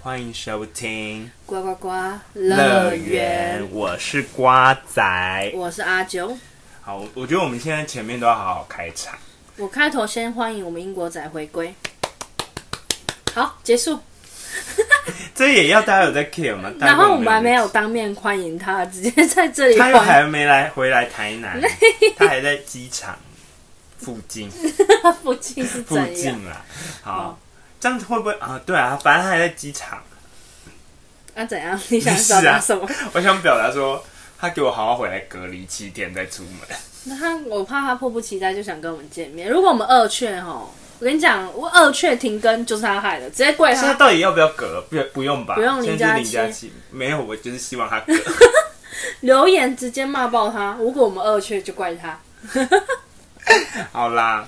欢迎收听呱呱呱乐园，我是瓜仔。我是阿九。好，我觉得我们现在前面都要好好开场。我开头先欢迎我们英国仔回归。好，结束。这也要大家有在 care 吗？ 然后我们大还家没有在，当面欢迎他，直接在这里他又欢还没来回来台 南，他还在机场附近他附近是附怎样？近啦。好，这样子会不会啊？对啊，反正他还在机场。那、啊怎样？ 你想表达什么？ 我想表达说，他给我好好回来隔离七天再出门。那他我怕他迫不及待就想跟我们见面。如果我们二确吼，我跟你讲，我二确停更就是他害的，直接怪但是啊他他。到底要不要隔？不不用吧，不用现在就是林林佳佳琪没有，我就是希望他隔。留言直接骂爆他。如果我们二确就怪他。好啦，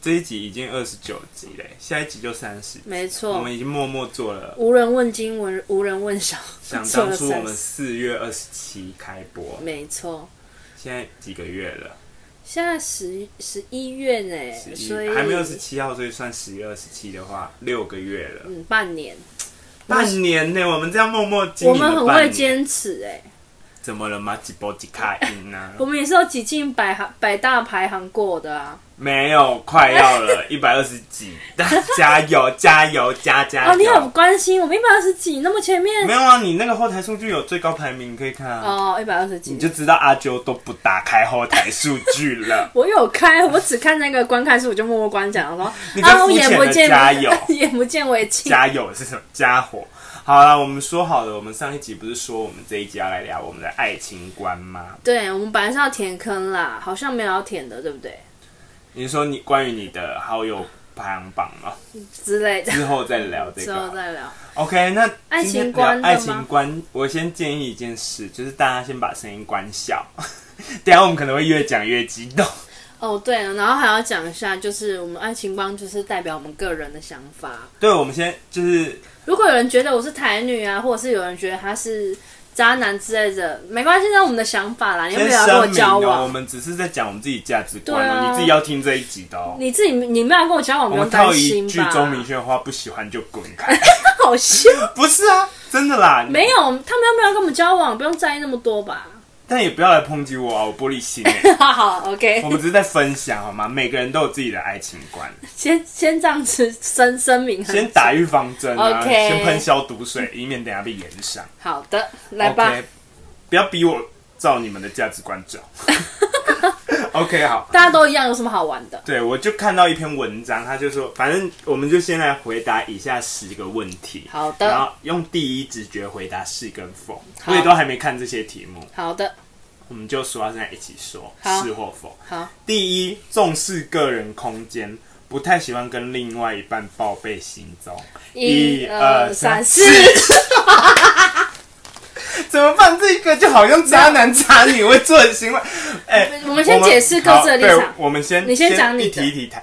这一集已经二十九集嘞，下一集就三十。没我错们，已经默默做了，无人问津，无人无人问小，想做当了初我三们十。四月二十七开播，没错。现在几个月了？现在十十一月呢， 11所以还没有十七号，所以算十月二十七的话，六个月了，嗯，半年，半年呢。我们这样默默经我营们了很半会年，坚持哎，怎么了吗？几波几卡音啊？我们也是有挤进百行百大排行过的啊。没有，快要 了，一百二十几，大家加油加油加哦，加你好油！关心我们一百二十几，那么前面哎啊没有啊，你那个后台数据有最高排名，你可以看啊。哦，一百二十几。你，就知道阿啾都不打开后台数据了 我有开，我只看那个观看数，我就默默观讲了。 你然在后肤眼浅不的见加油， 眼不见为净。加油是什么？家伙。好了，我们说好了，我们上一集不是说我们这一集要来聊我们的爱情观吗？对我们本来是要填坑啦，好像没有要填的，对不对？你说你关于你的好友排行榜吗？之类的，之后再聊这 之后个。再聊。 OK，那爱今天情聊观的吗爱情观，我先建议一件事，就是大家先把声音关小。 等一下我们可能会越讲越激动。哦，对了，然后还要讲一下，就是我们爱情观就是代表我们个人的想法。对，我们先就是如果有人觉得我是台女啊，或者是有人觉得他是渣男之类的，没关系，那是我们的想法啦，你又先没有要跟我声明交哦，我往，们只是在讲我们自己价值观对哦，啊你自己要听这一集的哦。你自己你没有要跟我交往，我不用们担套心一句吧。周明轩的话，不喜欢就滚开。 好笑，不是啊，真的啦，没，有，他们又没有要跟我们交往，不用在意那么多吧。 但也不要来抨击我啊，我玻璃心欸。好好我，OK，们只是在分享好吗？每个人都有自己的爱情观，先先这样子声声明，先打预防针啊 OK 先喷消毒水，以免等下被延上。好的，来吧 OK，不要逼我照你们的价值观走。OK，好。大家都一样，有什么好玩的？对，我就看到一篇文章，他就说，反正我们就先来回答以下十个问题。好的然后用第一直觉回答是跟否。好我也都还没看这些题目，好的，我们就说到现在一起说好是或否。好，第一，重视个人空间，不太喜欢跟另外一半报备行踪。 一二三四。怎么办？这个就好像渣男渣女会做的行为。 哎、我们先解释各自的立好对场。我们先，你先讲你一的题一题谈。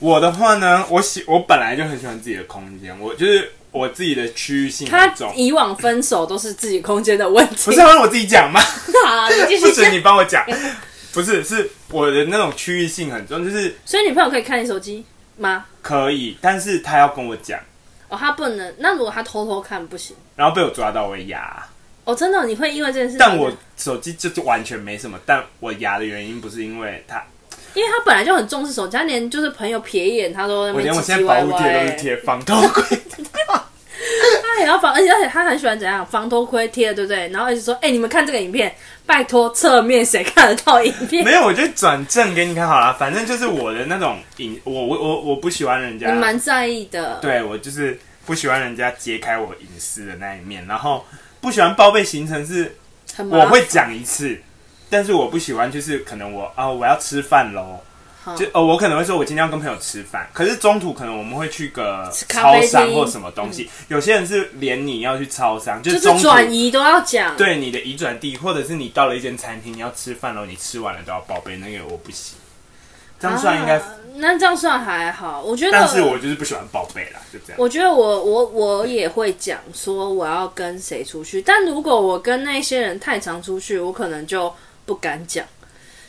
我的话呢，我喜我本来就很喜欢自己的空间，我就是我自己的区域性他很重。以往分手都是自己空间的问题。不是要让我自己讲吗？好，你 继不续准讲。你帮我讲。不是，是我的那种区域性很重，就是所以女朋友可以看你手机吗？可以，但是他要跟我讲，哦，他不能。那如果他偷偷看不行。然后被我抓到我牙。哦，真的哦、你会因为这件事情？但我手机就是完全没什么，但我牙的原因不是因为它，因为他本来就很重视手机，他连就是朋友瞥一眼他都在那我边连我唧现在唧保歪护歪贴都是欸。贴防偷窥，他也要防，而且而且他很喜欢怎样防偷窥贴，对不对？然后一直说，哎、你们看这个影片，拜托侧面谁看得到影片？ 没有，我就转正给你看好了，反正就是我的那种隐，我我我我不喜欢人你家，蛮在意的。啊对我就是不喜欢人家揭开我隐私的那一面，然后不喜欢报备行程是很麻我会讲一次，但是我不喜欢就是可能我啊、我要吃饭喽。好就哦，我可能会说，我今天要跟朋友吃饭，可是中途可能我们会去个吃咖超啡商厅或什么东西。有些人是连你要去超商，就就是是中途转移都要讲。对你的移转地，或者是你到了一间餐厅，你要吃饭了，你吃完了都要报备，那个我不行。这样算应该，啊那这样算还好，我觉得。但是我就是不喜欢报备啦，就这样。我觉得我我我也会讲说我要跟谁出去，但如果我跟那些人太常出去，我可能就哦不敢讲。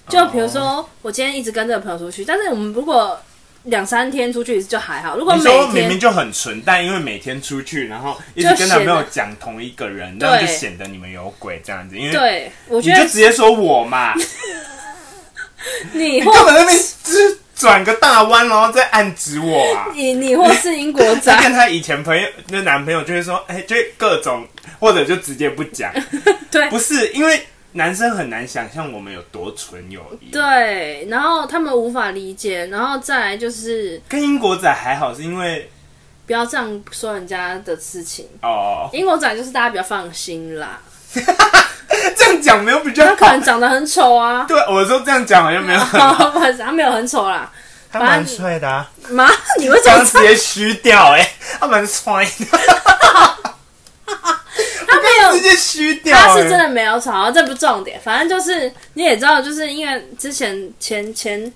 就比如说，我今天一直跟这个朋友出去，但是我们如果两三天出去一次就还好，如果你每说天明明就很纯，但因为每天出去，然后一直就跟男朋友显得讲同一个人，对那就显得你们有鬼这样子。因为对，我你觉就得直接说我嘛，你你或根本在那边就是转个大弯，然后再暗指我啊。你你或是英国她 仔，跟她以前朋友那男朋友就会说，哎、就会各种或者就直接不讲，对不是因为男生很难想象我们有多纯友谊。，对，然后他们无法理解，然后再来就是跟英国仔还好，是因为不要这样说人家的事情。哦，英国仔就是大家比较放心啦，这样讲没有比较他可好能。长得很丑啊，对，我说这样讲好像没有很好，他没有很丑啦。他蛮帅的啊，妈，你为什这么样直接虚掉哎、他蛮帅的，他没直有？接虚掉、欸。哦他是真的没有吵，然后这不重点，反正就是你也知道，就是因为之前前前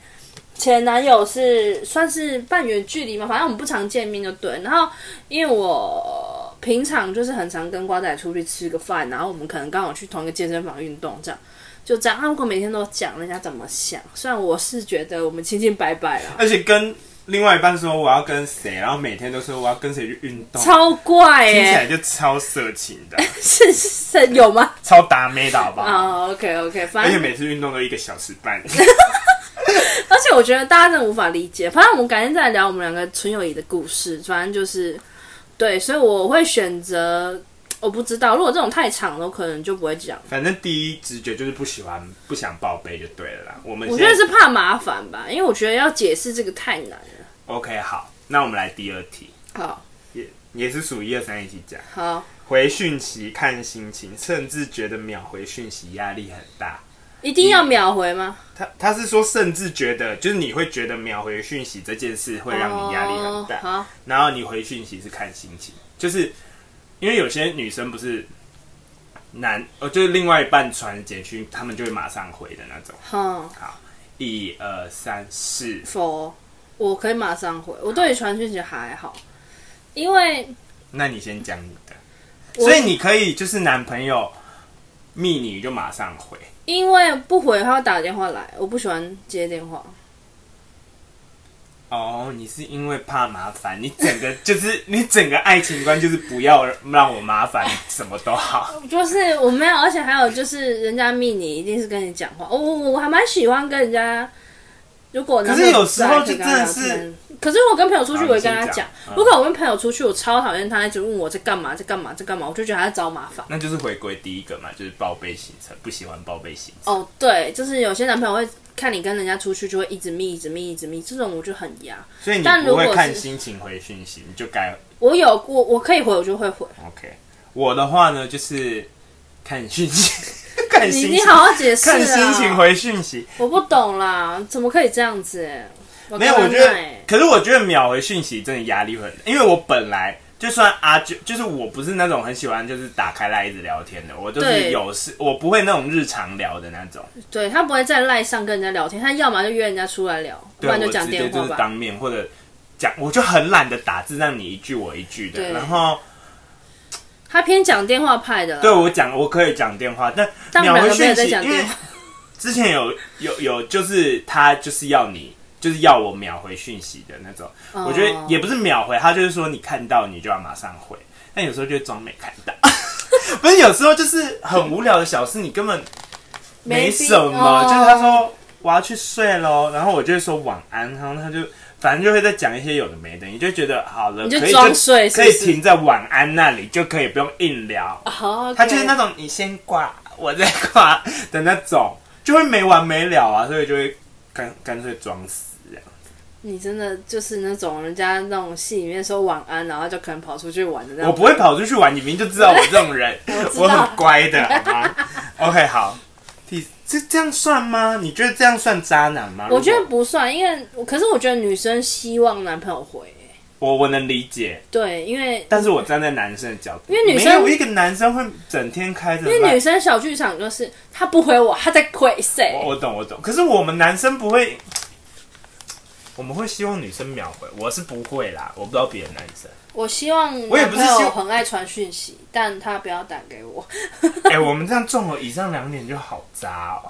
前男友是算是半远距离嘛，反正我们不常见面就对。然后因为我平常就是很常跟瓜仔出去吃个饭，然后我们可能刚好去同一个健身房运动这样。就这样，他如果每天都讲，人家怎么想？虽然我是觉得我们清清白白啦，而且跟另外一半说我要跟谁，然后每天都说我要跟谁去运动，超怪听耶、起来就超色情的，啊是是是有吗？ 超达妹的好不好？啊、o k OK，反而正且每次运动都一个小时 半，而且我觉得大家真的无法理解。反正我们改天再来聊我们两个纯友谊的故事。反正就是对，所以我会选择，我不知道，如果这种太长的，我可能就不会讲。反正第一直觉就是不喜欢，不想报备就对了啦。我们我现觉在得是怕麻烦吧，因为我觉得要解释这个太难了。 OK 好，那我们来第二题，好，也也是数一二三一起讲。好，回讯息看心情，甚至觉得秒回讯息压力很大。一定要秒回吗？他他是说，甚至觉得就是你会觉得秒回讯息这件事会让你压力很大。哦好，然后你回讯息是看心情，就是因为有些女生不是男，呃，就是另外一半传简讯，他们就会马上回的那种。好，好，一二三四，否，我可以马上回。我对于传讯息还好，因为那你先讲你的，我所以你可以就是男朋友密你就马上回，因为不回他会打电话来，我不喜欢接电话。哦，你是因为怕麻烦，你整个 就是你整个爱情观就是不要让我麻烦，什么都好。就是我没有，而且还有就是，人家密你一定是跟你讲话。我哦我我还蛮喜欢跟人家，如果可是有时候就真的是，可是我跟朋友出去，好我会跟你他先讲讲。嗯如果我跟朋友出去，我超讨厌他一直问我在干嘛，在干嘛，在干嘛，我就觉得他在找麻烦。那就是回归第一个嘛，就是报备行程，不喜欢报备行程。哦，对，就是有些男朋友会看你跟人家出去，就会一直密，一直密，一直密，这种我就很压。所以你但不如果会是看心情回讯息，你就该我有我我可以回，我就会回。 OK。我的话呢，就是看讯 息，看你心你情，好好解释啊！看心情回讯息。我不懂啦，怎么可以这样子、欸我没有，刚欸我刚觉得在，可是我觉得秒回讯息真的压力会很大，因为我本来就算阿就就是我不是那种很喜欢就是打开来一直聊天的，我就对是有事，我不会那种日常聊的那种，对他不会在赖上跟人家聊天，他要么就约人家出来聊，不对啊我然就直讲接电就话是吧。当面或者讲，我就很懒得打字，让你一句我一句的，对然后他偏讲电话派的啦，啊对我讲我可以讲电话，但但我秒们回两个没讯有在息讲因为电话。之前有有有就是他就是要你。就是要我秒回讯息的那种，哦我觉得嗯也不是秒回，他就是说你看到你就要马上回，但有时候就装没看到， 不是有时候就是很无聊的小事，你根本没什么。就是他说我要去睡喽，然后我就会说晚安，然后他就反正就会再讲一些有的没的，你就觉得好了，你就可以装睡是可不以是停在晚安那里，就可以不用硬聊。好，他就是那种你先挂，我再挂的那种，就会没完没了啊，所以就会干干脆装死这样。你真的就是那种人家那种戏里面说晚安，然后就可能跑出去玩的那我种。不会跑出去玩，你明明就知道我这种 人，知道我很乖的，好 吗？OK，好，第这这样算吗？你觉得这样算渣男吗？我觉如得果不算，因为我可是我觉得女生希望男朋友回，我我能理解，对，因为但是我站在男生的角度，因为女生没有一个男生会整天开着因为女赖。生小剧场就是他不回我，他在亏谁？我我懂我懂，可是我们男生不会，我们会希望女生秒回，我是不会啦，我不知道别的男生。我希望我也男不是朋希友望很爱传讯息，但他不要打给我。 哎、我们这样综合以上两点就好渣哦。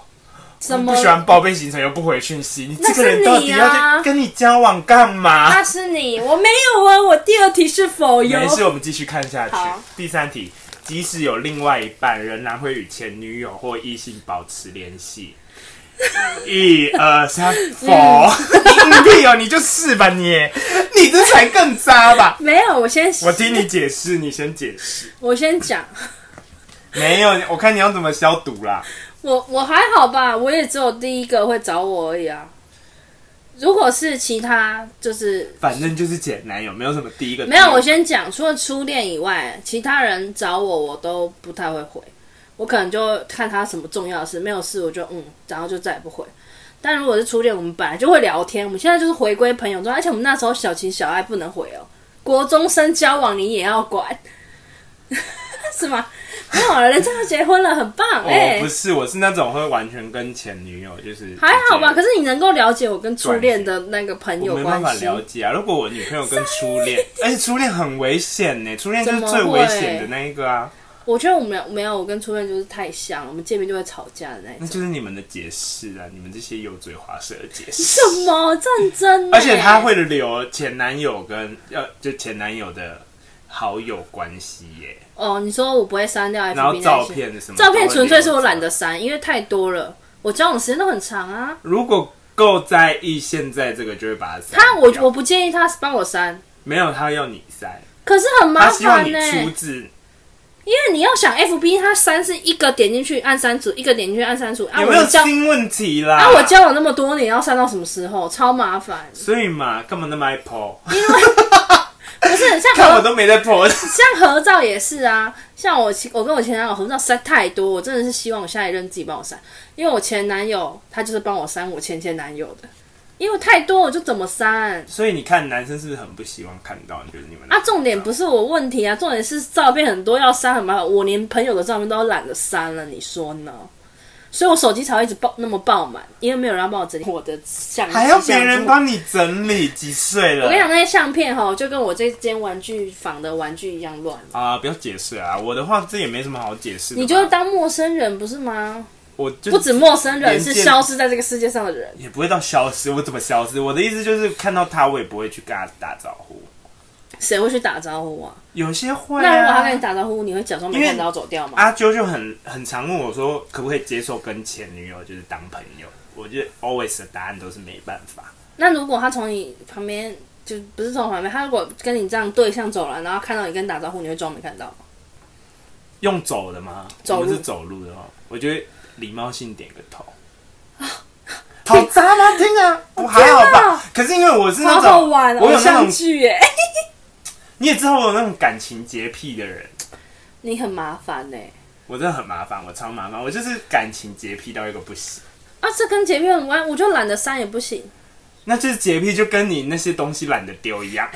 什不么？喜欢报备行程又不回讯息，你那这是个人到底你啊哎要去跟你交往干嘛？那是你，我没有啊。我第二题是否有？啊没事，我们继续看下去好。？第三题，即使有另外一半，仍然会与前女友或异性保持联系。一二三，否？你屁哦，你就是吧你，你这才更渣吧没有，我先我听你解释，你先解释。我先讲，没有，我看你要怎么消毒啦。我我还好吧，我也只有第一个会找我而已啊。如果是其他，就是反正就是简男友，没有什么第一个。没有。我先讲，除了初恋以外，其他人找我我都不太会回，我可能就看他什么重要的事，没有事我就嗯，然后就再也不回。但如果是初恋，我们本来就会聊天，我们现在就是回归朋友中，而且我们那时候小情小爱不能回哦，国中生交往你也要管， 是吗？没有啊了，人家都结婚了，很棒哦，哎、不是，我是那种会完全跟前女友就是还好吧，直接可是你能够了解我跟初恋的那个朋友我没关办法系，了解啊。如果我女朋友跟初恋， 而且初恋很危险呢，初恋就是最危险的那一个啊。我觉得我们俩没有，我跟初恋就是太像了，我们见面就会吵架的那一那种。就是你们的解释啊，你们这些油嘴滑舌的解释。什么战争、而且他，会留前男友跟呃，就前男友的好友关系耶，哦，你说我不会删掉 FB 然后那些照，片什么，照片纯粹是我懒。得删，因为太多了，我交往时间都很长啊。如果够在意现在这个，就会把它删他我掉我不建议他帮我删，没有他要你删，可是很麻他希望烦欸你呢、出自因为你要想 FB 它删是一个点进去按删除，一个点进去按删除，啊有我没有交新问题啦？啊我交往那么多年要删到什么时候，超麻 烦。所以嘛，干嘛那么爱 po？不是 像看合我都没在 po，像合照也是啊，像我其我跟我前男友合照删太多，我真的是希望我下一任自己帮我删，因为我前男友他就是帮我删我前前男友的，因为太多我就怎么删所以你看，男生是不是很不希望看到？就是你们啊？重点不是我问题啊，重点是照片很多要删很麻烦，我连朋友的照片都懒得删了，你说呢？所以我手机才会一直爆那么爆满，因为没有人要帮我整理我的相，还要别相人簿帮你整理，几岁了？我跟你讲，那些相片哈，就跟我这间玩具房的玩具一样乱，啊、不要解释啊！我的话这也没什么好解释的嘛。你就当陌生人不是吗？我就不止陌生人，连是见消失在这个世界上的人。也不会到消失，我怎么消失？我的意思就是看到他，我也不会去跟他打招呼。谁会去打招呼啊？有些会那如果他跟啊你。打招呼，你会假装没因为啊看到走掉吗？阿啾就很很常问我说，可不可以接受跟前女友就是当朋友？我觉得 always 的答案都是没办法。那如果他从你旁边，就不是从旁边，他如果跟你这样对向走了，然后看到你跟你打招呼，你会装没看到吗？用走的吗？走路我们是走路的哦。我觉得礼貌性点个头。啊 好渣吗？听啊，我还好吧。可是因为我是那好种，好玩我哦，有那相种，聚耶！你也知道我有那种感情洁癖的人， 你很麻烦呢。我真的很麻烦，我超麻烦，我就是感情洁癖到一个不行。啊，这跟洁癖很关，我就懒得删也不行，那就是洁癖，就跟你那些东西懒得丢一 样，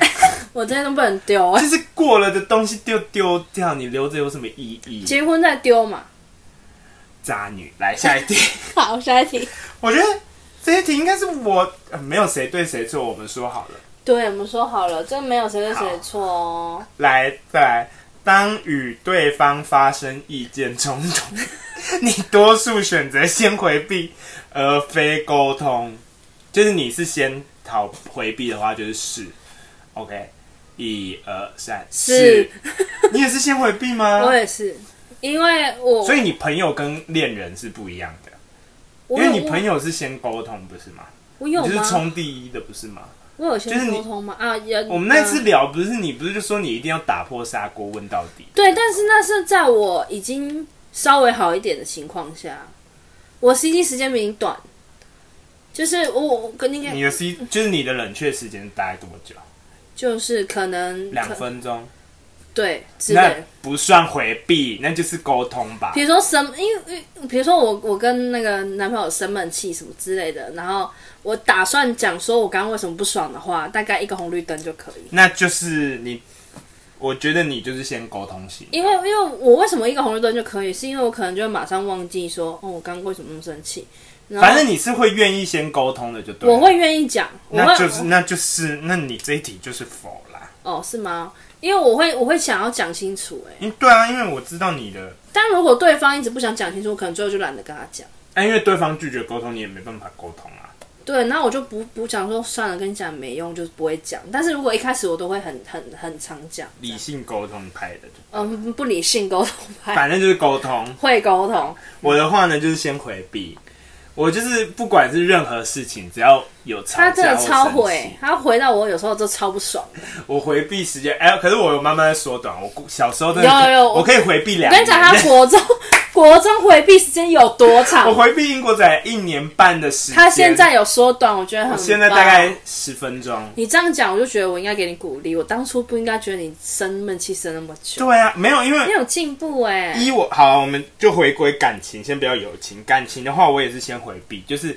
我这些都不能丢哎。就是过了的东西丢丢掉，你留着有什么意义？ 结婚再丢嘛。渣女，来下一题。 好，下一题。我觉得这一题应该是我、呃没有谁对谁错，我们说好了。对，我们说好了，这没有谁对谁错哦。来，再来。当与对方发生意见冲突， 你多数选择先回避，而非沟通。就是你是先逃回避的话，就是是。OK，一二三，是是。你也是先回避吗？ 我也是，因为我啊所以你朋友跟恋人是不一样的，我因为有你朋友是先沟通，不是吗？我有你就是吗？冲第一的，不是吗？我有就先是你沟通吗？啊，有。我们那次嗯聊，不是你不是就说你一定要打破砂锅问到底？对，但是那是在我已经稍微好一点的情况下，我 CD 时间比你短，就是我我跟你你讲，的 C 就是你的冷却时间大概多久？啊就是可能两可分钟，对之类那的。不算回避，那就是沟通吧比。如说生，因为因为比如说我我跟那个男朋友生闷气什么之类的，然后我打算讲说我刚刚为什么不爽的话，大概一个红绿灯就可以。那就是你，我觉得你就是先沟通型，因为因为我为什么一个红绿灯就可以，是因为我可能就会马上忘记说哦，我刚刚为什么那么生气。然后反正你是会愿意先沟通的，就对了。我会愿意讲，我那会就是那就是那你这一题就是否啦？哦，是吗？因为我会我会想要讲清楚、欸，哎，因对啊，因为我知道你的但如果对方一直不想讲清楚，我可能最后就懒得跟他讲。哎、因为对方拒绝沟通，你也没办法沟通啊。对，然后我就不不讲说算了，跟你讲没用，就是不会讲。但是如果一开始我都会很很很常讲，理性沟通派的，嗯，不理性沟通派，反正就是沟通。 会沟通，我的话呢，就是先回避。我就是不管是任何事情，只要有吵他真架的或超生回气，，他回到我有时候都超不爽。我回避时间。哎、可是我有慢慢地缩短。我故小时候真的有可以有我可以回避两我年。跟你讲，他国中国中回避时间有多 我长？回避英国仔一年半的时间，他现在有缩短，我觉得很我棒。现在大概十分钟。你这样讲，我就觉得我应该给你鼓励。我当初不应该觉得你生闷气生那么久，对啊，没有，因为你有进步哎、一我好，我们就回归感情，先不要友情。感情的话，我也是先回避，就是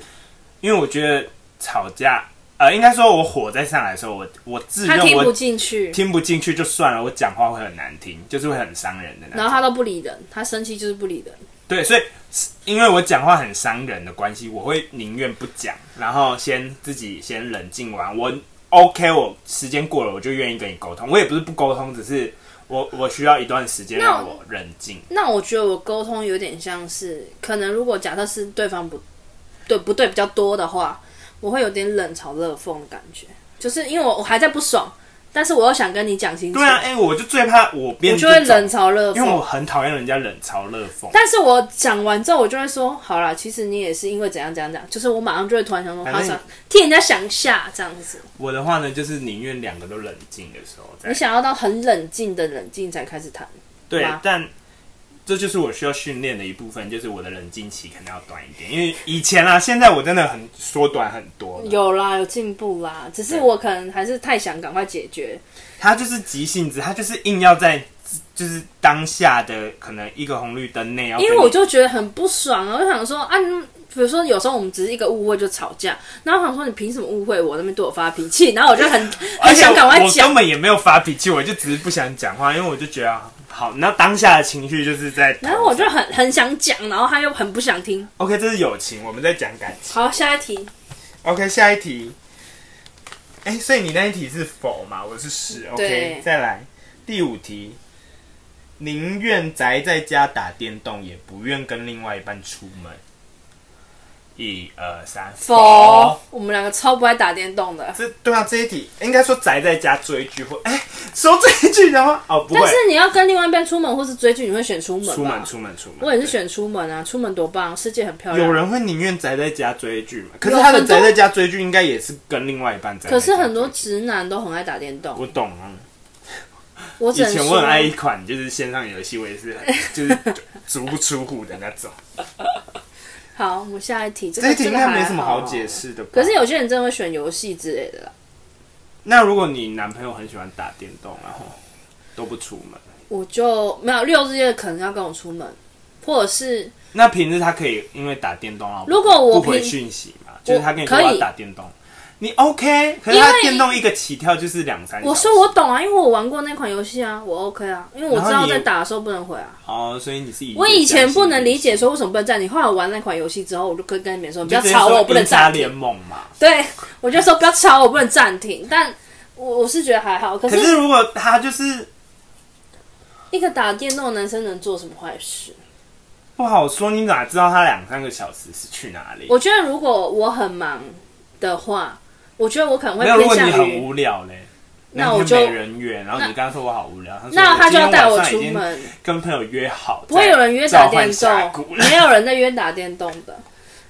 因为我觉得吵架，呃，应该说我火再上来的时候，我我自他认听不我进去，听不进去就算了，我讲话会很难听，就是会很伤人的那然后种。他都不理人，他生气就是不理人。对，所以因为我讲话很伤人的关系，我会宁愿不讲，然后先自己先冷静完。我 OK，我时间过了，我就愿意跟你沟通。我也不是不沟通，只是我我需要一段时间那让我冷静。那我觉得我沟通有点像是，可能如果假设是对方不对不对比较多的话，我会有点冷嘲热讽的感觉，就是因为我我还在不爽，但是我又想跟你讲清楚，对啊，哎、我就最怕我变我就会这种冷嘲热因为我讽。很讨厌人家冷嘲热讽，但是我讲完之后，我就会说，好啦，其实你也是因为怎样怎样怎样，就是我马上就会突然想说，反好正想替人家想一下这样子。我的话呢，就是宁愿两个都冷静的时候再你想要到很冷静的冷静才开始谈，对吗，但这就是我需要训练的一部分，就是我的冷静期可能要短一点，因为以前啊，现在我真的很缩短很多了。有啦，有进步啦，只是对我可能还是太想赶快解决，他就是急性子，他就是硬要在就是当下的可能一个红绿灯内要跟因你，为我就觉得很不爽啊，我就想说啊，嗯比如说有时候我们只是一个误会就吵架，然后我想说你凭什么误会我那边对我发脾气，然后我就 很而很且想赶快我讲根，本也没有发脾气，我就只是不想讲话，因为我就觉得啊好，那当下的情绪就是在，然后我就很很想讲，然后他又很不想听。 OK，这是友情，我们在讲感情。好，下一题， OK，下一题。哎、所以你那一题是否嘛？我是是。OK，对再来第五题。宁愿宅在家打电动，也不愿跟另外一半出门。一二三，否，我们两个超不爱打电动的，这对啊，这一题应该说宅在家追剧或哎、说追剧的话哦，不会但是你要跟另外一半出门或是追剧，你会选出门吧？出门出门出门，我也是选出门啊，出门多棒，世界很漂对。亮。有人会宁愿宅在家追剧嘛？可是有他的很多宅在家追剧应该也是跟另外一半宅在家追可剧。是很多直男都很爱打电动，我懂啊。我只以能前说，啊我很爱一款就是线上游戏，我也是 就是足不出户的那 种。好，我们下一题，这这个一题应这该个还没什么好好解释的吧？可是有些人真的会选游戏之类的啦，那如果你男朋友很喜欢打电动，然后都不出门，我就没有六日夜可能要跟我出门，或者是那平日他可以因为打电动啊，如果我不回平讯息嘛，就是他跟你说可要以打电动，你 OK？可是因为他电动一个起跳就是两三小时，我说我懂啊，因为我玩过那款游戏啊，我 OK 啊，因为我然知后道你在打的时候不能回啊。哦，所以你是以我以前不能理解说为什么不能暂停，后来我玩那款游戏之后，我就跟跟你们说你不就要直接吵说我，我不能英扎暂联停。盟嘛。对，我就说不要吵我，我不能暂停。但我我是觉得还好，可可是是如果他就是一个打电动的男生能做什么坏事？不好说，你哪知道他两三个小时是去哪里？我觉得如果我很忙的话，我觉得我可能会没有，如果偏你向很于，无聊嘞，那我天就没人约，然后你刚刚说我好无聊，他说那他就要带我今出天晚上已经门。跟朋友约好，不会有人约打电召唤峡动谷，没有人在约打电动的。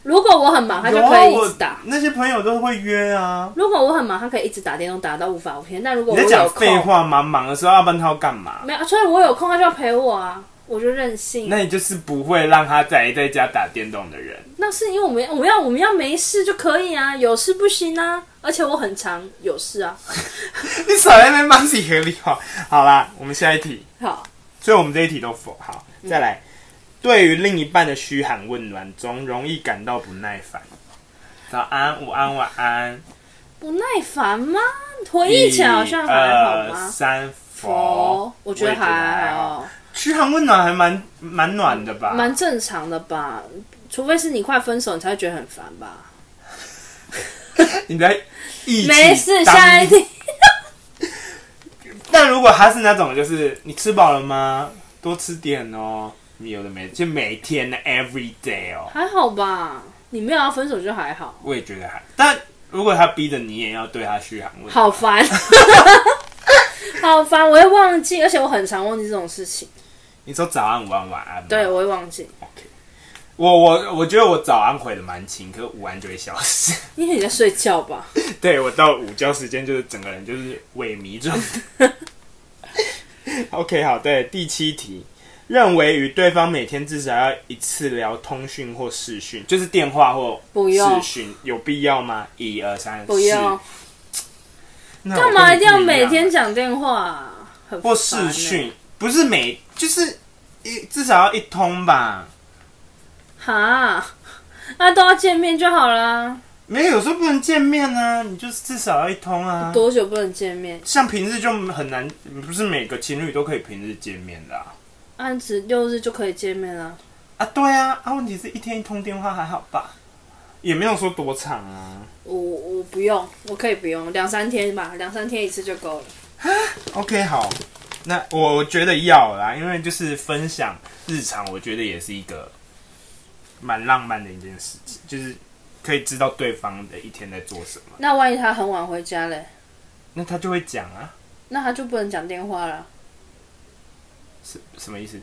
如果我很忙，他就有啊可以一我直打。那些朋友都会约啊。如果我很忙，他可以一直打电动打到无法无天。但如果你我在讲有废空，话吗？忙的时候要不然他要干嘛？没有，所以我有空他就要陪我啊，我就任性。啊那那你就是不会让他宅在家打电动的人。是因为我们我们要我们要没事就可以啊，有事不行啊。而且我很常有事啊。 你少在那边帮自己合理化。好啦，我们下一题。好，所以我们这一题都否。好，再来。对于另一半的嘘寒问暖中，容易感到不耐烦。早安、午安、晚安。不耐烦吗？回忆起来好像还好一二吗？三哦佛，，我觉得呃我也觉得还还好好，嘘寒问暖还蛮蛮暖的吧？蛮正常的吧。除非是你快分手，你才会觉得很烦吧。你在意气没事，当下一题。但如果他是那种就是你吃饱了吗？多吃点哦，你有的没，就每天的 every day 哦，还好吧？你没有要分手就还好，我也觉得还，但如果他逼着你也要对他嘘寒问暖，好烦， 好烦，我会忘记，而且我很常忘记这种事情，你说早安、午安、晚安吗，对我会忘记。 ，OK，我我我觉得我早安回的蛮勤，可是午安就会消失，因为你在睡觉吧？对我到午觉时间就是整个人就是萎靡状态。OK，好，对，第七题，认为与对方每天至少要一次聊通讯或视讯，就是电话或不视用讯，有必要吗？一二三，不用，四，干干嘛一定要每天讲电话啊、很或烦欸啊视讯？不是每就是一至少要一通吧？哈，那都要见面就好啦。没有，有时候不能见面啊，你就是至少要一通啊。多久不能见面？像平日就很难，不是每个情侣都可以平日见面的啊。按指六日就可以见面啦。啊，对啊，啊，问题是一天一通电话还好吧？也没有说多长啊。我我不用，我可以不用，两三天吧，两三天一次就够了。 OK，好，那我我觉得要啦，因为就是分享日常，我觉得也是一个蛮浪漫的一件事情，就是可以知道对方的一天在做什么，那万一他很晚回家嘞，那他就会讲啊，那他就不能讲电话了。是什么意思？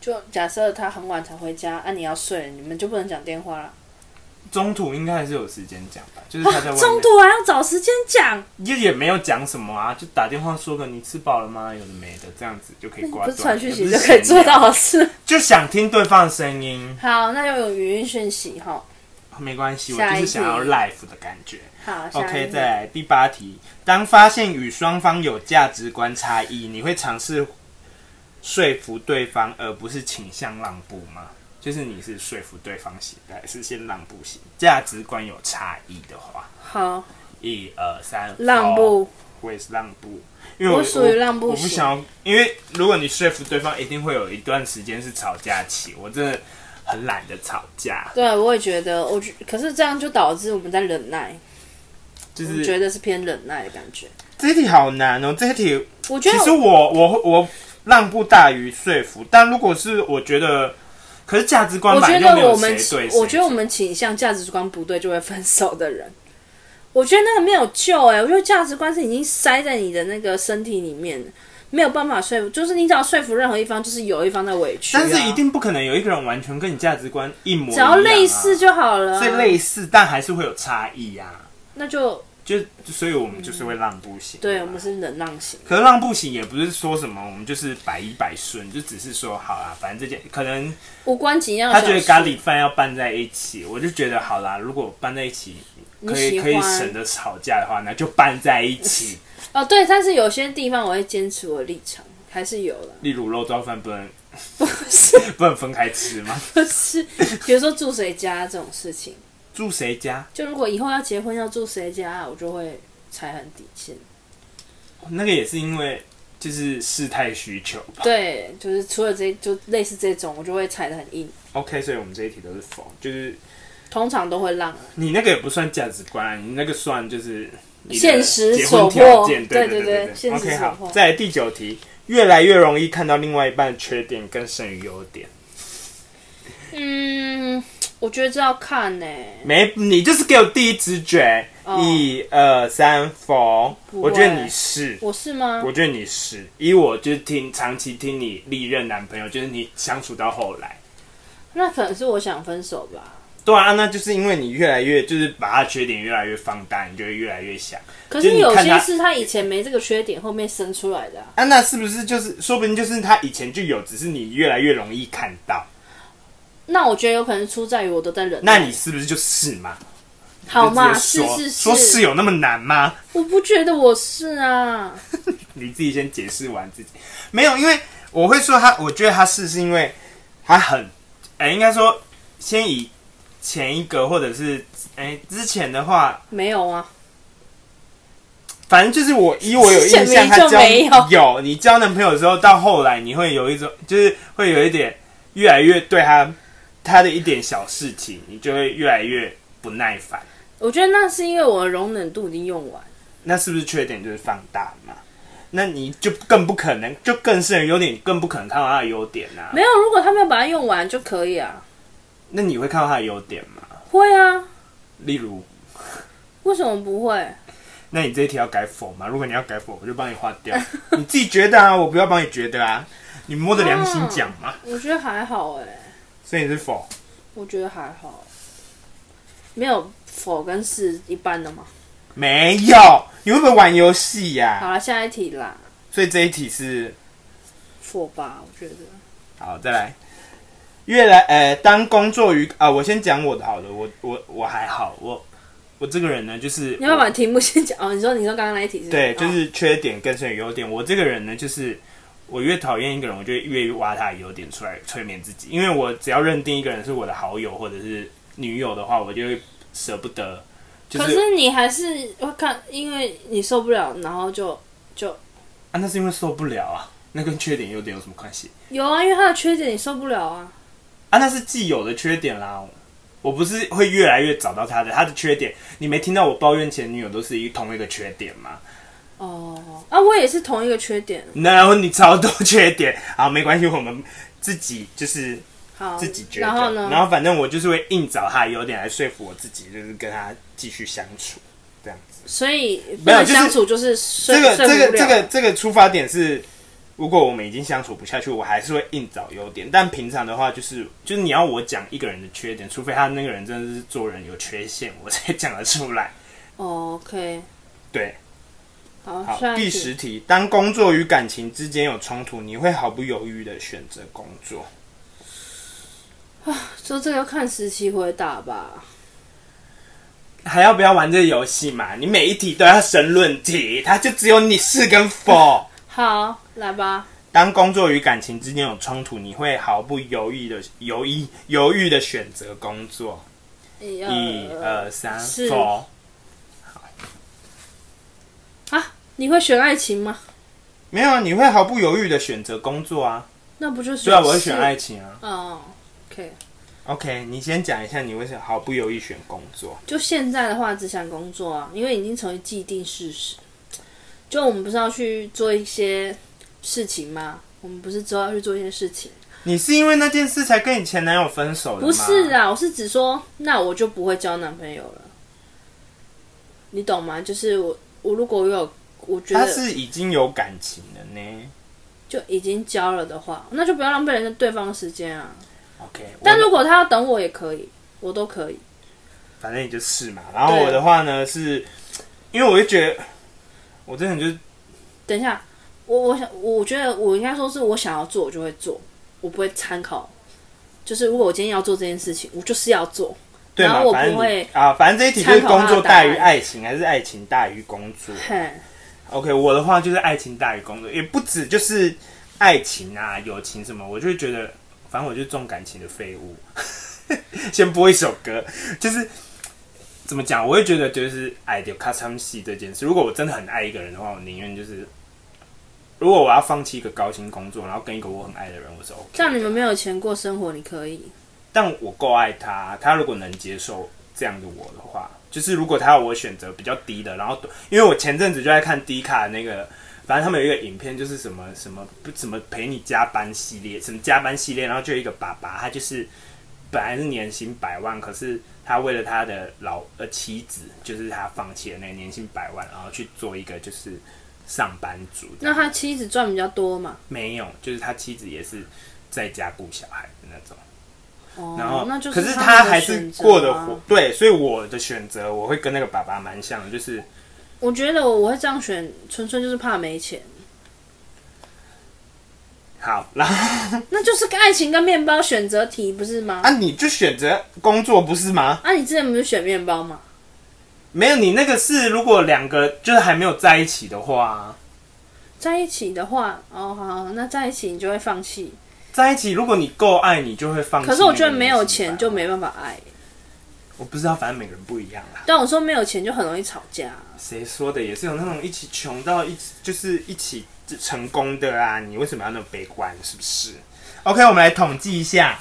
就假设他很晚才回家，啊，你要睡了，你们就不能讲电话了。中途应该还是有时间讲吧，就是他在啊外面，中途还要找时间讲，也也没有讲什么啊，就打电话说个你吃饱了吗？有的没的，这样子就可以挂不断，是传讯也息不就是可以闲做聊到的事。就想听对方的声音，好，那就有语音讯息哈。没关系，我下就一是想要题 life 的感觉。好，下一 OK，题再来第八题，当发现与双方有价值观差异，你会尝试说服对方，而不是倾向让步吗？就是你是说服对方型的，还是先让步型？价值观有差异的话，好一二三，让哦，步。我也是让步，因为我我属于让步我不型想要，因为如果你说服对方，一定会有一段时间是吵架期，我真的很懒得吵架。对，我也觉得，我觉可是这样就导致我们在忍耐，就我觉是得是偏忍耐的感觉。这一题好难哦，这一题我觉其实得我我我让步大于说服，但如果是我觉得，可是价值观我本觉来就没得有我谁们对，谁我觉得我们倾向价值观不对就会分手的人，我觉得那个没有救哎、我觉得价值观是已经塞在你的那个身体里面了，没有办法说服，就是你只要说服任何一方，就是有一方在委屈、啊但是一。定不可能有一个人完全跟你价值观一模一只样、啊，要类似就好了啊、所以类似，但还是会有差异啊。那就就就所以我们就是会让步型、对我们。是忍让型。可是让步型也不是说什么，我们就是百依百顺，就只是说好啦，反正这件可能无关紧要的他小事。觉得咖喱饭要拌在一起，我就觉得好啦，如果拌在一起可以你喜可以欢省得吵架的话，那就拌在一起。哦，对，但是有些地方我会坚持我的立场，还是有啦。例如肉燥饭不能 不 是不能分开吃吗？不是，比如说住谁家这种事情，住谁家？就如果以后要结婚要住谁家，我就会踩很底线。那个也是因为就是事态需求吧。对，就是除了这就类似这种，我就会踩得很硬， OK，所以我们这一题都是否，就是通常都会让。你那个也不算价值观，你那个算就是你的现实结所婚条迫件。对对对对对现实 OK，所好，迫再来第九题，越来越容易看到另外一半的缺点更胜于优点。嗯，我觉得这要看欸呢、没，你就是给我第一直觉，哦一二三，否？不我会觉得你是。我是吗我？觉得你是，以我就是听长期听你历任男朋友，就是你相处到后来，那可能是我想分手吧。对啊，那就是因为你越来越就是把他缺点越来越放大，你就会越来越想。可就是你有看些他是他以前没这个缺点，后面生出来的啊、啊，那是不是就是说不定就是他以前就有，只是你越来越容易看到？那我觉得有可能出在于我都在忍耐。那你是不是就是嘛？好嘛？就直接哦是说是是，说是有那么难吗？我不觉得我是啊，你自己先解释完自己。没有，因为我会说他，我觉得他是是因为他很，哎、应该说先以前一个或者是哎、之前的话，没有啊，反正就是我以我有印象，他之前交没就没你交男朋友的时候，到后来你会有一种，就是会有一点越来越对他他的一点小事情，你就会越来越不耐烦。我觉得那是因为我的容忍度已经用完。那是不是缺点就是放大嘛？那你就更不可能，就更是人优点，你更不可能看到他的优点呐、没有，如果他没有把它用完就可以啊。那你会看到他的优点吗？会啊，例如，为什么不会？那你这一题要改否吗？如果你要改否，我就帮你划掉。你自己觉得啊，我不要帮你觉得啊。你摸着良心讲嘛，我觉得还好哎、所以你是否？我觉得还好，没有否跟是一般的嘛。没有，你会不会玩游戏呀？好了，下一题啦，所以这一题是否吧？我觉得好，再来。越来，呃，当工作与啊、我先讲我的好了，我我我还好，我我这个人呢，就是你要不要把题目先讲哦。你说你说刚刚那一题是不对，就哦是缺点更胜于优点。我这个人呢，就是我越讨厌一个人，我就越挖他的优点出来催眠自己，因为我只要认定一个人是我的好友或者是女友的话，我就会舍不得。就可是是你还是会看，因为你受不了，然后就就啊，那是因为受不了啊，那跟缺点优点有什么关系有啊，因为他的缺点你受不了啊。啊？那是既有的缺点啦。我不是会越来越找到他的，他的缺点，你没听到我抱怨前女友都是一同一个缺点吗？哦，啊，我也是同一个缺点。然后你超多缺点，好，没关系，我们自己就是好，自己觉得。然后呢？然后反正我就是会硬找他的优点来说服我自己，就是跟他继续相处这样子。所以不没有能就是相处就是睡这个睡这不个这了个这个出发点是，如果我们已经相处不下去，我还是会硬找优点。但平常的话，就是就是你要我讲一个人的缺点，除非他那个人真的是做人有缺陷，我才讲得出来。哦 OK，对，好，好下，一第题十题，当工作与感情之间有冲突，你会毫不犹豫的选择工作。说这个要看时期回答吧。还要不要玩这个游戏嘛？你每一题都要申论题，它就只有你是跟否。好，来吧。当工作与感情之间有冲突，你会毫不犹豫的犹豫犹豫的选择工作。一一二二三，呃是否？啊，你会选爱情吗？没有啊，你会毫不犹豫的选择工作啊。那不就是对啊，我会选爱。情啊。哦，OK， OK，你先讲一下你为什么毫不犹豫选工作。就现在的话，只想工作啊，因为已经成为既定事实。就我们不是要去做一些事情吗？我们不是之后要去做一些事情？你是因为那件事才跟你前男友分手的吗？不是，啊，我是指说，那我就不会交男朋友了。你懂吗？就是我，我如果有，我觉他得是已经有感情了呢。就已经交了的话，那就不要浪费人家对方的时间啊。 OK，我但如果他要等我也可以，我都可以。反正你就是嘛。然后对我的话呢，是因为我就觉得，我真的就是等一下，我我想，我觉得我应该说是我想要做，我就会做，我不会参考。就是如果我今天要做这件事情，我就是要做。对然嘛后，我反不正会你啊，反正这一题就是参考工他的作答大案于爱情，还是爱情大于工作嘿， ？OK，我的话就是爱情大于工作，也不止就是爱情啊、友情什么，我就会觉得，反正我就是重感情的废物。 先播一首歌，就是怎么讲，我会觉得就是爱丢卡桑戏这件事，如果我真的很爱一个人的话，我宁愿就是。如果我要放弃一个高薪工作，然后跟一个我很爱的人，我是 OK 的。这样你们没有钱过生活，你可以。但我够爱他，他如果能接受这样的我的话，就是如果他要我选择比较低的，然后因为我前阵子就在看迪卡那个，反正他们有一个影片，就是什么什么不怎么陪你加班系列，什么加班系列，然后就有一个爸爸，他就是本来是年薪百万，可是他为了他的老呃妻子，就是他放弃了那个年薪百万，然后去做一个就是上班族这那样。他妻子赚比较多嘛？没有，就是他妻子也是在家顾小孩的那种。哦，然后，那就是可是他们的还是选择过得啊活，对，所以我的选择我会跟那个爸爸蛮像的，就是我觉得我我会这样选，纯粹就是怕没钱。好，然后那就是跟爱情跟面包选择题，不是吗？啊，你就选择工作不是吗？啊，你之前不是选面包吗？没有，你那个是如果两个就是还没有在一起的话，啊在一起的话，哦，好，那在一起你就会放弃。在一起如果你够爱，你就会放弃那个可人是是吧。我觉得没有钱就没办法爱，我不知道，反正每个人不一样啦。但我说没有钱就很容易吵架。谁说的也是有那种一起穷到一起就是一起成功的啊，你为什么要那么悲观？是不是？OK，我们来统计一下，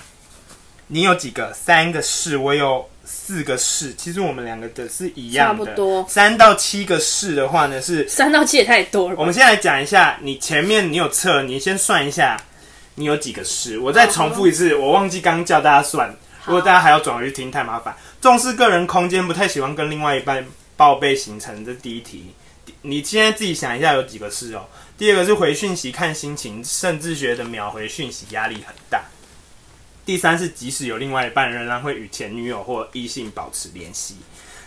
你有几个？三个是，我有四个市，其实我们两个的是一样的，差不多三到七个市的话呢是三到七也太多了吧我。们先来讲一下，你前面你有测，你先算一下，你有几个市。我再重复一次，我忘记刚叫大家算。如果大家还要转回去听，太麻烦。重视个人空间，不太喜欢跟另外一半报备行程，这第一题。第你现在自己想一下有几个事哦。第二个是回讯息看心情，甚至觉得秒回讯息压力很大。第三是即使有另外一半，仍然会与前女友或异性保持联系。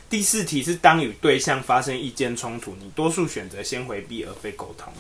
第四题是当与对象发生意见冲突，你多数选择先回避而非沟通。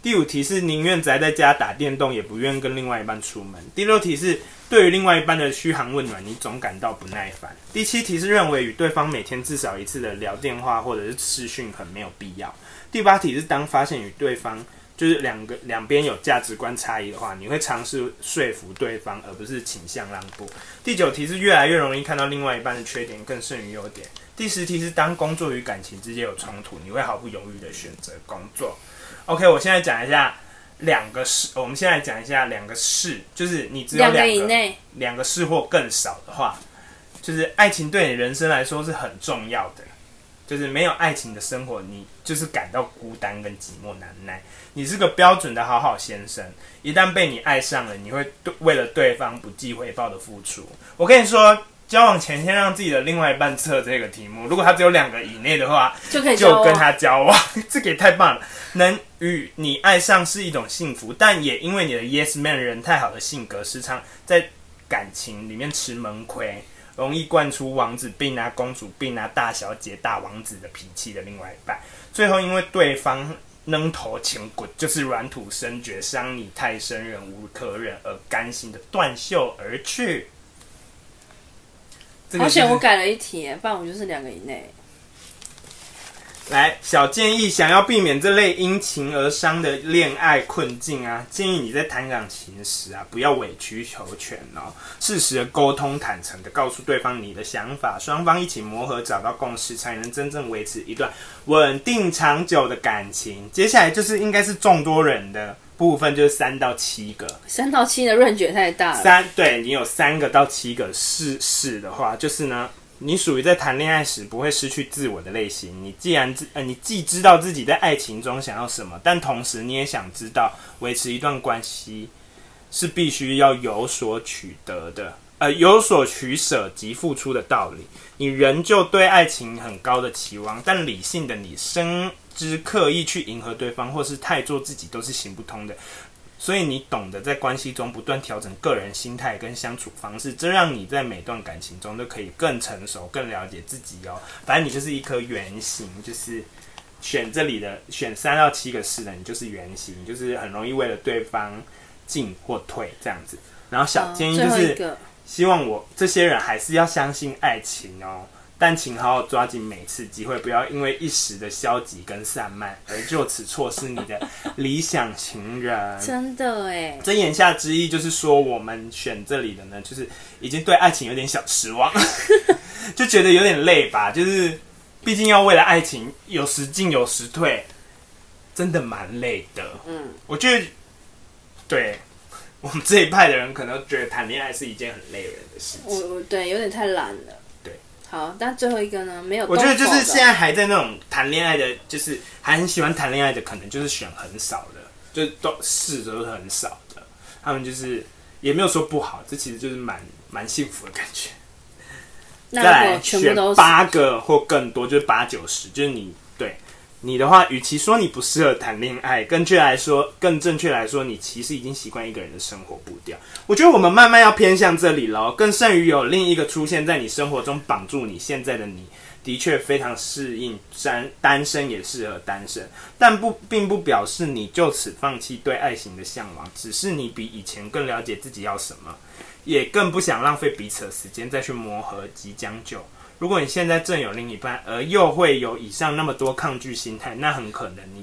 第五题是宁愿宅在家打电动，也不愿跟另外一半出门。第六题是对于另外一半的嘘寒问暖，你总感到不耐烦。第七题是认为与对方每天至少一次的聊电话或者是视讯很没有必要。第八题是当发现与对方就是两个两边有价值观差异的话，你会尝试说服对方，而不是倾向让步。第九题是越来越容易看到另外一半的缺点更胜于优点。第十题是当工作与感情之间有冲突，你会毫不犹豫的选择工作。OK，我现在讲一下两个市，我们现在讲一下两个市，就是你只有两两个个以内，两个事或更少的话，就是爱情对你人生来说是很重要的。就是没有爱情的生活，你就是感到孤单跟寂寞难耐。你是个标准的好好先生，一旦被你爱上了，你会对为了对方不计回报的付出。我跟你说，交往前先让自己的另外一半测这个题目，如果他只有两个以内的话，就可以交就往跟他交往， 这个也太棒了！能与你爱上是一种幸福，但也因为你的 yes man 人太好的性格，时常在感情里面吃闷亏，容易惯出王子病啊、公主病啊、大小姐、大王子的脾气的另外一半，最后因为对方扔头前滚，就是软土深掘，伤你太深，忍无可忍而甘心的断袖而去。这个好险，就是我改了一题耶，不然我就是两个以内。来，小建议，想要避免这类因情而伤的恋爱困境啊，建议你在谈感情时啊，不要委曲求全哦，适时的沟通，坦诚的告诉对方你的想法，双方一起磨合，找到共识，才能真正维持一段稳定长久的感情。接下来就是应该是众多人的部分，就是三到七个，三到七的 range 也太大了，三，对你有三个到七个是是的话，就是呢，你属于在谈恋爱时不会失去自我的类型。你既然知，呃，你既知道自己在爱情中想要什么，但同时你也想知道维持一段关系是必须要有所取得的，呃，有所取舍及付出的道理。你仍旧对爱情很高的期望，但理性的你深知刻意去迎合对方，或是太做自己都是行不通的。所以你懂得在关系中不断调整个人心态跟相处方式，这让你在每段感情中都可以更成熟、更了解自己哦。反正你就是一颗圆形，就是选这里的选三到七个是的，你就是圆形，你就是很容易为了对方进或退这样子。然后小嗯建议最就后一是，个希望我这些人还是要相信爱情哦，但请好好抓紧每次机会，不要因为一时的消极跟散漫而就此错失你的理想情人。真的哎，这言下之意就是说，我们选这里的呢，就是已经对爱情有点小失望， 就觉得有点累吧。就是毕竟要为了爱情有时进有时退，真的蛮累的。嗯，我觉得，对我们这一派的人可能觉得谈恋爱是一件很累人的事我情。我对有点太懒了。对，好，但最后一个呢，没有我动手觉的。得就是现在还在那种谈恋爱的，就是还很喜欢谈恋爱的，可能就是选很少的，就是都试的都是很少的。他们就是也没有说不好，这其实就是蛮蛮幸福的感觉。那再如来果全部选都是八个或更多，就是八九十，就是你对你的话，与其说你不适合谈恋爱，更确来说，更正确来说，你其实已经习惯一个人的生活步调。我觉得我们慢慢要偏向这里喽，更胜于有另一个出现在你生活中绑住你现在的你。的确非常适应单单身，也适合单身，但不并不表示你就此放弃对爱情的向往，只是你比以前更了解自己要什么。也更不想浪费彼此的时间再去磨合及将就。如果你现在正有另一半，而又会有以上那么多抗拒心态，那很可能你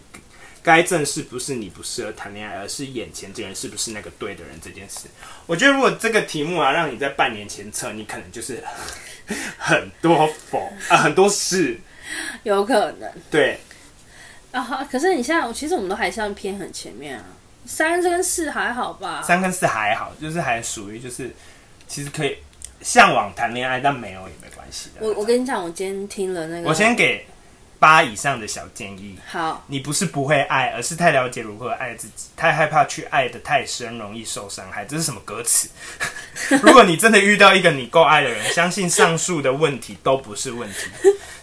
该正视不是你不适合谈恋爱，而是眼前这个人是不是那个对的人这件事。我觉得如果这个题目啊，让你在半年前测，你可能就是很 多否啊、很多是，有可能对，啊。可是你现在，其实我们都还是要偏很前面啊。三跟四还好吧？三跟四还好，就是还属于就是其实可以向往谈恋爱，但没有也没关系的。我我跟你讲，我今天听了那个，我先给八以上的小建议：好，你不是不会爱，而是太了解如何爱自己，太害怕去爱的太深，容易受伤害。这是什么歌词？ 如果你真的遇到一个你够爱的人，相信上述的问题都不是问题，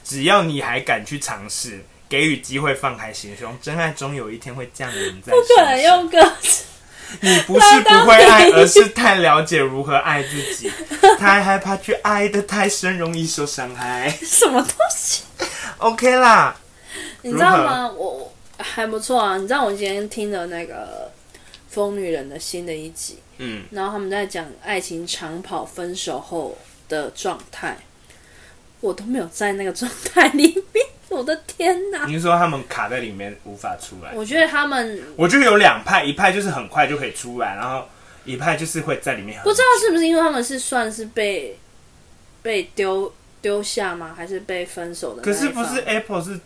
只要你还敢去尝试，给予机会，放开心胸，真爱终有一天会降临在不可能身上。用歌词。你不是不会爱，而是太了解如何爱自己，太害怕去爱的太深，容易受伤害。什么东西？ OK 啦，你知道吗？我我还不错啊。你知道我今天听的那个《疯女人的心》的一集，嗯，然后他们在讲爱情长跑分手后的状态，我都没有在那个状态里面。我的天哪！你是说他们卡在里面无法出来？我觉得他们我觉得有两派，一派就是很快就可以出来，然后一派就是会在里面很不知道是不是因为他们是算是被被丢丢下吗？还是被分手的那可一方？是不是 Apple 是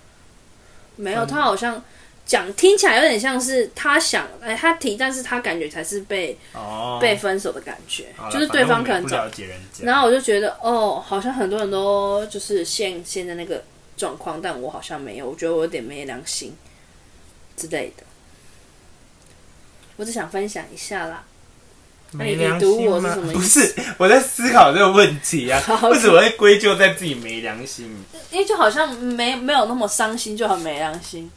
没有，他好像讲听起来有点像是他想哎，他提，但是他感觉才是被哦被分手的感觉，好了就是对方可反正我们也不能找了解人家，然后我就觉得，哦，好像很多人都就是陷陷在那个状况，但我好像没有，我觉得我有点没良心之类的。我只想分享一下啦，没你良读心我是吗什？么意不是，我在思考这个问题啊 好，为什么会归咎在自己没良心？因为就好像没没有那么伤心，就很没良心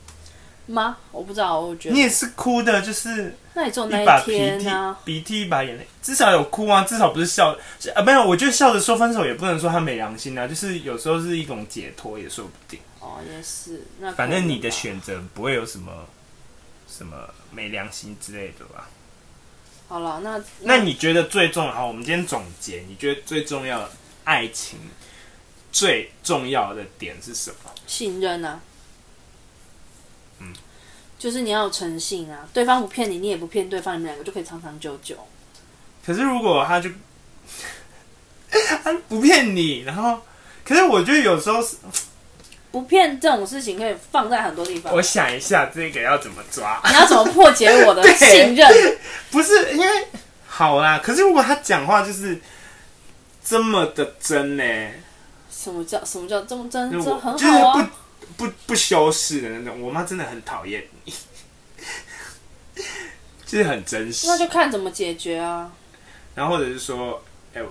吗？我不知道，我觉你得也是哭的，就是那你做那一把一鼻天涕呢、啊？鼻涕一把眼泪，至少有哭啊，至少不是笑是啊，没有，我觉得笑着说分手也不能说他没良心啊，就是有时候是一种解脱，也说不定。哦，也是，那反正你的可能吧啊选择不会有什么什么没良心之类的吧？好了，那那你觉得最重要？好，我们今天总结，你觉得最重要的爱情最重要的点是什么？信任啊，嗯，就是你要有诚信啊，对方不骗你，你也不骗对方，你们两个就可以长长久久。可是如果他就 他不骗你，然后可是我觉得有时候是不骗这种事情可以放在很多地方。我想一下这个要怎么抓， 你要怎么破解我的 对信任？不是因为好啦，可是如果他讲话就是这么的真呢、什么叫什么叫这么真？就这是我很就是好啊。不不不修饰的那种。我妈真的很讨厌你， 就是很真实那。就看怎么解决啊。然后或者是说，哎、我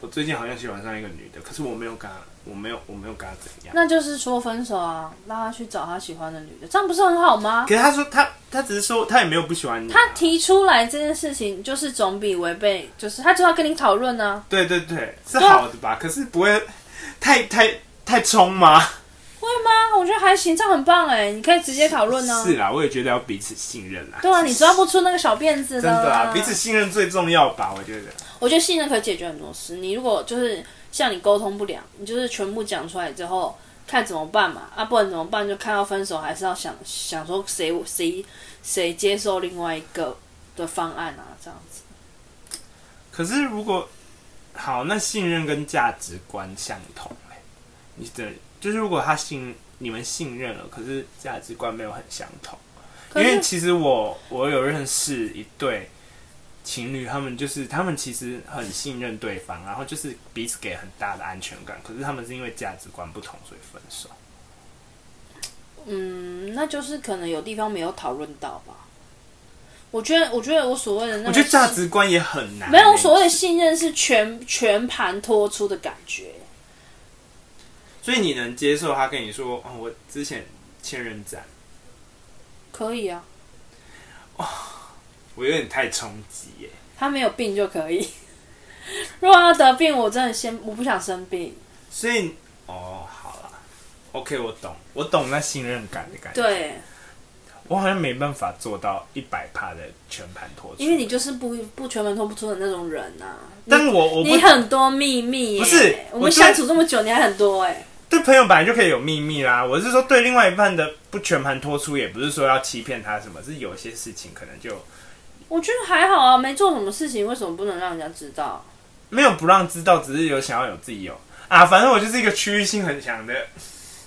我最近好像喜欢上一个女的，可是我没有跟她，我没有我没有跟她怎样。那就是说分手啊，让他去找他喜欢的女的，这样不是很好吗？可是她说她她只是说她也没有不喜欢你啊、他提出来这件事情，就是总比违背，就是他就要跟你讨论啊。对对对是对啊好的吧？可是不会太太太冲吗？会吗？我觉得还行，这样很棒哎，你可以直接讨论啊。是啦，我也觉得要彼此信任啦。对啊，你抓不出那个小辫真子的啦。啊，彼此信任最重要吧？我觉得。我觉得信任可以解决很多事。你如果就是像你沟通不良，你就是全部讲出来之后，看怎么办嘛。啊，不然怎么办？就看到分手，还是要想想说谁谁谁接受另外一个的方案啊，这样子。可是如果好，那信任跟价值观相同、欸，你的就是如果他信你们信任了，可是价值观没有很相同，可因为是其实我我有认识一对情侣，他们就是他们其实很信任对方，然后就是彼此给很大的安全感，可是他们是因为价值观不同所以分手。嗯，那就是可能有地方没有讨论到吧。我觉得，我觉得我所谓的我那个觉得价信值观也很难欸、没有我所谓的信任是全全盘托出的感觉。所以你能接受他跟你说，哦，我之前千人斩，可以啊，我有点太冲击欸耶。他没有病就可以。 如果他得病，我真的先我不想生病。所以，哦，好啦 o k 我懂，我懂那信任感的感觉。对，我好像没办法做到一百帕的全盘托出，因为你就是不不全盘托不出的那种人呐、啊。但我我你不很多秘密耶、不是我我们就相处这么久，你还很多哎、对朋友本来就可以有秘密啦。我是说，对另外一半的不全盘托出，也不是说要欺骗他什么，是有些事情可能就我觉得还好啊，没做什么事情，为什么不能让人家知道？没有不让知道，只是有想要有自己有啊。反正我就是一个区域性很强的，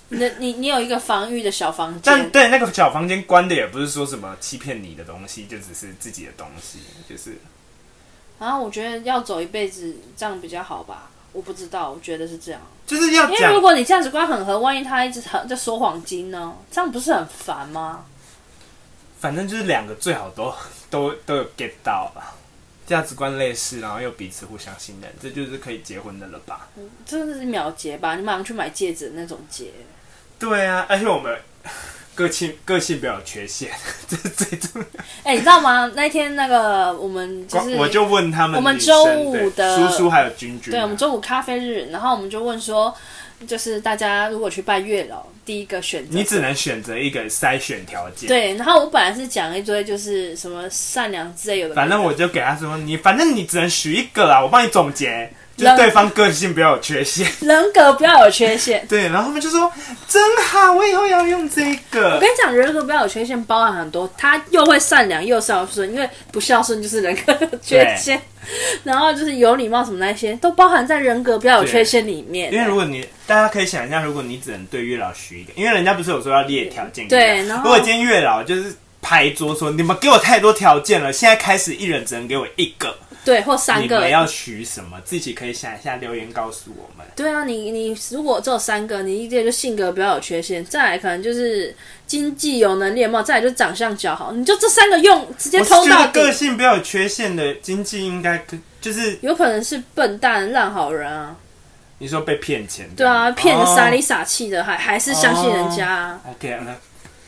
你的你你有一个防御的小房但间，对那个小房间关的也不是说什么欺骗你的东西，就只是自己的东西，就是然啊后我觉得要走一辈子这样比较好吧，我不知道，我觉得是这样。就是要因为如讲果你价值观很合，万一他一直很在说谎精呢，这样不是很烦吗？反正就是两个最好都 都都有 get 到吧，价值观类似，然后又彼此互相信任，这就是可以结婚的了吧？真的是秒结吧，你马上去买戒指的那种结。对啊，而且我们 个性个性比较有缺陷， 这是最重要。哎、你知道吗？那天那个我们就是我就问他们我们女生周五对的叔叔还有君君啊，对，我们中午咖啡日，然后我们就问说，就是大家如果去拜月老，第一个选择你只能选择一个筛选条件。，对。然后我本来是讲一堆就是什么善良之类有的，反正我就给他说，你反正你只能许一个啦，我帮你总结，就是人对方个性不要有缺陷。人格不要有缺陷。对，然后他们就说真好，我以后要用这我个跟。你讲，人格不要有缺陷包含很多，他又会善良又孝顺，因为不孝顺就是人格有缺陷，然后就是有礼貌什么那些都包含在人格不要有缺陷里面。因为如果你大家可以想一下，如果你只能对月老许一个，因为人家不是有说要列条件给对他，然后如果今天月老就是拍桌说你们给我太多条件了，现在开始一人只能给我一个，对，或三你个们要许什么，自己可以想一下，留言告诉我们。对啊，你你如果只有三个，你一个就性格比较有缺陷，再来可能就是经济有能力有没有，再来就长相较好，你就这三个用直接我是通觉到得底个，性比较有缺陷的经济应该可就是有可能是笨蛋烂好人啊，你说被骗钱的，对啊，骗的哦傻里傻气的，还还是相信人家、啊， OK，那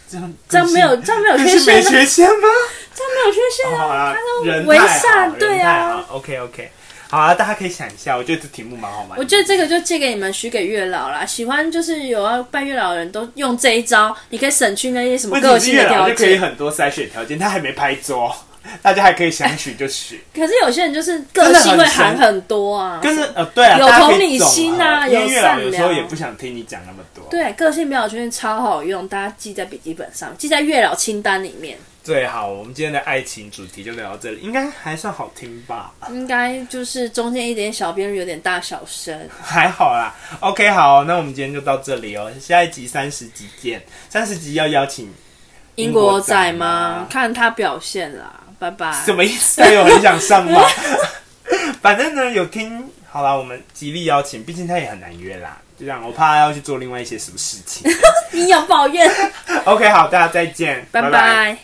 这样这样没有这样没有个缺性没陷、啊，缺陷吗？这样没有缺陷啊，哦好啦，人为太好善人对啊太好，OK OK，好啊，大家可以想一下，我觉得这题目蛮好玩的。我觉得这个就借给你们，许给月老啦。喜欢就是有要拜月老的人都用这一招，你可以省去那些什么问个题是性月的老条就可以件。很多筛选条件，他还没拍桌，大家还可以想取就取，可 是有些人就是个性会含很多啊，跟着呃对啊，有大家可以同理心啊总和因为有月老善有时候良啊也不想听你讲那么多，对，个性表有缺陷超好用，大家记在笔记本上，记在月老清单里面，最啊好我们今天的爱情主题就聊到这里，应该还算好听吧。 应该就是中间一点小编有点大小声。还好啦，OK，好，那我们今天就到这里哦，下一集三十集见，三十集要邀请英英国国仔仔吗吗？看他表现啦，拜拜。 什么意思？有很想上吗？ 反正呢，有听好啦，我们极力邀请，毕竟他也很难约啦，就这样，我怕他 要去做另外一些什么事情。 你有抱怨？ OK，好，大家再见，拜拜拜。